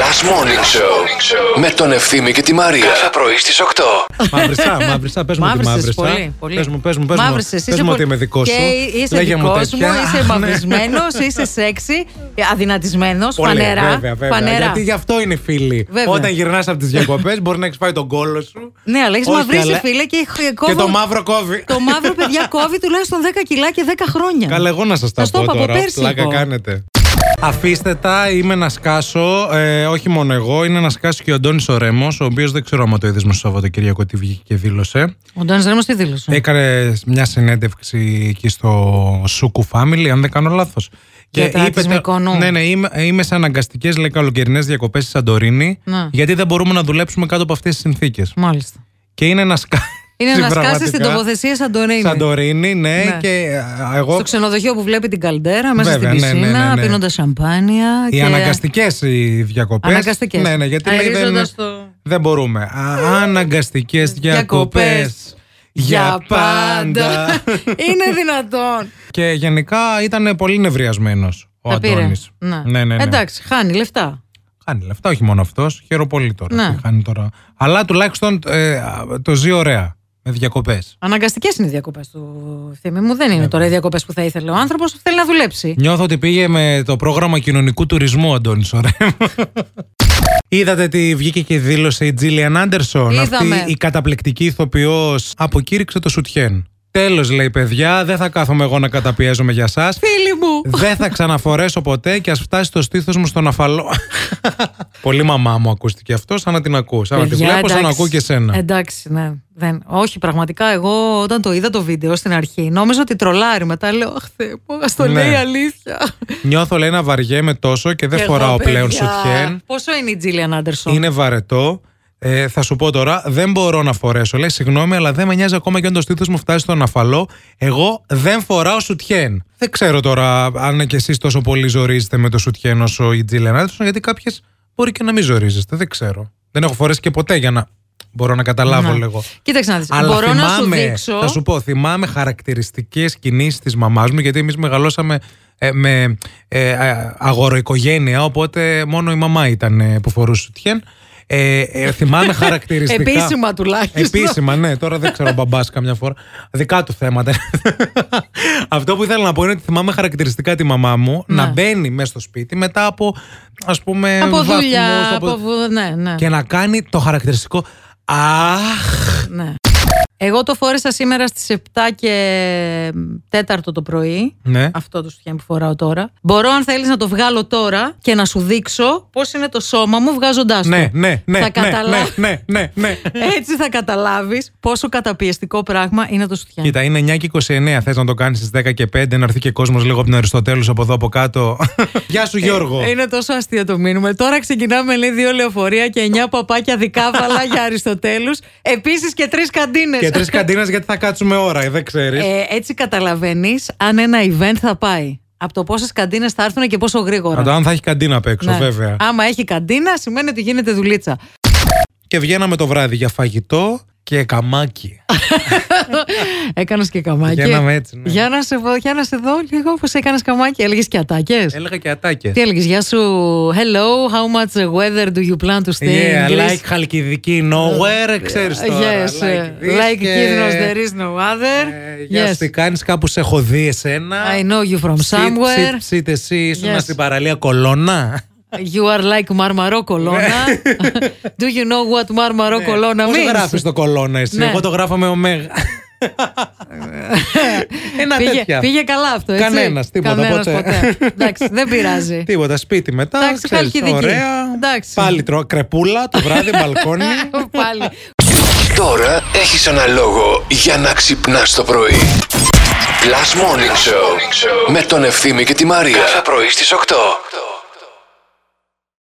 Last Morning Show με τον Ευθύμη και τη Μαρία. Κάθε πρωί στις 8. Μαύρισα, μαύρισα, πες μου τι Μαύρισες μαύρισα. πολύ, πολύ. Πες μου, πες μου, πες μου, Μαύρισες, πες είσαι μου πο- ότι είμαι δικός σου. Και είσαι Λέγε δικό μου μου, τέτοια. είσαι Αχ, ναι. μαυρισμένος, είσαι σεξι, αδυνατισμένος, Πολύ, φανερά. Βέβαια, βέβαια. φανερά. Γιατί γι' αυτό είναι φίλοι. Βέβαια. Όταν γυρνάς από τις διακοπές, μπορεί να έχεις πάει τον κόλο σου. Ναι, αλλά έχεις Όχι, μαυρίσει, αλλά- φίλε, και, χ- Και κόβω- το μαύρο κόβει. το μαύρο, παιδιά, κόβει τουλάχιστον 10 κιλά και 10 χρόνια. Καλά, εγώ να σας τα Σας το πω είπα από τώρα. πέρσι λοιπόν. Πλάκα εγώ. κάνετε. Αφήστε τα, είμαι να σκάσω. Ε, όχι μόνο εγώ, είναι να σκάσει και ο Αντώνης ο Ρέμος, ο οποίος δεν ξέρω αν το είδες μέσα στο Σαββατοκύριακο τι βγήκε και δήλωσε. Ο Ντόνι Ρέμος τι δήλωσε. Ε, Έκανε μια συνέντευξη εκεί στο Σούκου Family, αν δεν κάνω λάθος. Για τα της Μυκονού. Ναι, ναι, είμαι, είμαι σε αναγκαστικές λέει καλοκαιρινές διακοπές στη Σαντορίνη, Ναι. γιατί δεν μπορούμε να δουλέψουμε κάτω από αυτές τις συνθήκες. Μάλιστα. Και είναι να σκάσει. Είναι να σκάσεις στην πραγματικά. τοποθεσία Σαντορίνη. Σαντορίνη, ναι, Ναι. και α, εγώ. Στο ξενοδοχείο που βλέπει την καλντέρα, μέσα Βέβαια, στην ναι, ναι, πισίνα, ναι, ναι. πίνοντας σαμπάνια. Οι αναγκαστικές οι διακοπές. Αναγκαστικές. Ναι, ναι, γιατί λέει δεν, Αερίζοντας το- δεν μπορούμε. Αναγκαστικές διακοπές. Για πάντα. Είναι δυνατόν. και γενικά ήταν πολύ νευριασμένος ο Τα πήρε. Αντώνης. Ναι. ναι, ναι. ναι. Εντάξει, χάνει λεφτά. Χάνει λεφτά, όχι μόνο αυτός. Χαίρομαι πολύ τώρα. Ναι. που Χάνει τώρα. Αλλά τουλάχιστον ε, το ζει ωραία. Με διακοπές. Αναγκαστικές είναι οι διακοπές του Ευθύμη μου. Δεν Ναι. είναι τώρα οι διακοπές που θα ήθελε ο άνθρωπος. Θέλει να δουλέψει. Νιώθω ότι πήγε με το πρόγραμμα κοινωνικού τουρισμού, Αντώνης Ωραία. Είδατε τι βγήκε και δήλωσε η Τζίλιαν Άντερσον. Είδαμε. Αυτή η καταπληκτική ηθοποιός αποκήρυξε το σουτιέν. Τέλος, λέει παιδιά, δεν θα κάθομαι εγώ να καταπιέζομαι για εσά. Φίλοι μου. δεν θα ξαναφορέσω ποτέ και ας φτάσει το στήθος μου στον αφαλό. Πολύ μαμά μου ακούστηκε αυτό, σαν να την ακούω. Σαν να τη Παιδιά, βλέπω, σαν να εντάξει. ακούω και σένα. Εντάξει, ναι. Δεν. Όχι, πραγματικά εγώ όταν το είδα το βίντεο στην αρχή, νόμιζα ότι τρολάρει. Μετά λέω Αχ, Θεέ μου, ας το Ναι. λέει η αλήθεια. Νιώθω, λέει, να βαριέμαι τόσο και δεν Και φοράω εγώ, πλέον παιδιά, σουτιέν. Πόσο είναι η Τζίλιαν Άντερσον. Είναι βαρετό. Ε, θα σου πω τώρα, δεν μπορώ να φορέσω. Λέει, συγγνώμη, αλλά δεν με νοιάζει ακόμα και αν το στήθος μου φτάσει στον αφαλό. Εγώ δεν φοράω σουτιέν. Δεν ξέρω τώρα αν και εσείς τόσο πολύ ζορίζετε με το σουτιέν όσο η Τζίλεν Άντερσον, γιατί κάποιες μπορεί και να μην ζορίζεστε. Δεν ξέρω. Δεν έχω φορέσει και ποτέ για να μπορώ να καταλάβω Ναι. λίγο. Κοίταξε να δεις, Αλλά Μπορώ θυμάμαι, να σου δείξω. Θα σου πω, θυμάμαι χαρακτηριστικές κινήσεις της μαμάς μου, γιατί εμείς μεγαλώσαμε ε, με ε, α, αγοροοικογένεια, οπότε μόνο η μαμά ήταν ε, που φορούσε σουτιέν. Ε, ε, θυμάμαι χαρακτηριστικά. Επίσημα τουλάχιστον. Επίσημα, ναι. Τώρα δεν ξέρω μπαμπάς καμιά φορά. Δικά του θέματα. Αυτό που ήθελα να πω είναι ότι θυμάμαι χαρακτηριστικά τη μαμά μου να Ναι. μπαίνει μέσα στο σπίτι μετά από ας πούμε. από βαθμούς, δουλειά. από- Από... βου- Ναι, ναι. Και να κάνει το χαρακτηριστικό. Αχ! ναι. Εγώ το φόρεσα σήμερα στις 7 και 4 το πρωί. Ναι. Αυτό το στοιχείο που φοράω τώρα. Μπορώ, αν θέλεις, να το βγάλω τώρα και να σου δείξω πώς είναι το σώμα μου βγάζοντάς το. Ναι, ναι, ναι. Θα ναι, καταλάβεις. Ναι, ναι, ναι. ναι. Έτσι θα καταλάβεις πόσο καταπιεστικό πράγμα είναι το στοιχείο. Κοίτα, είναι 9 και 29. Θες να το κάνεις στις 10 και 5, να έρθει και κόσμος λίγο από την Αριστοτέλους από εδώ από κάτω. Γεια σου, Γιώργο. Ε, Είναι τόσο αστείο το μήνυμα. Τώρα ξεκινάμε, λέει, δύο λεωφορεία και εννιά παπάκια δικάβαλα για Αριστοτέλους. Επίσης και τρεις καντίνες. Και τρεις καντίνες γιατί θα κάτσουμε ώρα, ε, δεν ξέρεις. Ε, έτσι καταλαβαίνεις αν ένα event θα πάει. Από το πόσες καντίνες θα έρθουν και πόσο γρήγορα. αν θα έχει καντίνα απ' έξω, Ναι. βέβαια. Άμα έχει καντίνα, σημαίνει ότι γίνεται δουλίτσα. Και βγαίναμε το βράδυ για φαγητό και καμάκι. Έκανες και καμάκι. Πηγαίναμε έτσι, ναι. Για να σε, βο- για να σε δω λίγο πώς έκανες καμάκι. Έλεγες και ατάκες. Έλεγα και ατάκες. Τι έλεγες, Γεια σου. Hello, how much weather do you plan to stay in Yeah, Greece? like Χαλκιδική, nowhere, ξέρεις τώρα. Ε, Yes, uh, ε, like this like και- Kythnos, there is no other. Ε, Γεια yes. σου, τι κάνει, κάπου σε έχω δει εσένα. I know you from Ψιτ, somewhere. ψιτ, ψιτ, εσύ ήσουν Yes. στην παραλία Κολώνα. You are like Marmaro Colonna. Do you know what Marmaro Colonna Ναι. Ε, Πώς means? γράφεις το κολόνα εσύ, Ναι. εγώ το γράφω με ωμέγα. Ένα πήγε, τέτοια. πήγε καλά αυτό, έτσι. Κανένας, τίποτα, Κανένας ποτέ. ποτέ. Εντάξει, δεν πειράζει. Τίποτα, σπίτι μετά, Εντάξει, ξέρεις, Χαλκιδική. ωραία. Εντάξει. Πάλι τρώω κρεπούλα το βράδυ, μπαλκόνι. Πάλι. Τώρα έχεις ένα λόγο για να ξυπνάς το πρωί. Last Morning Show με τον Ευθύμη και τη Μαρία. Κάθε πρωί στις 8.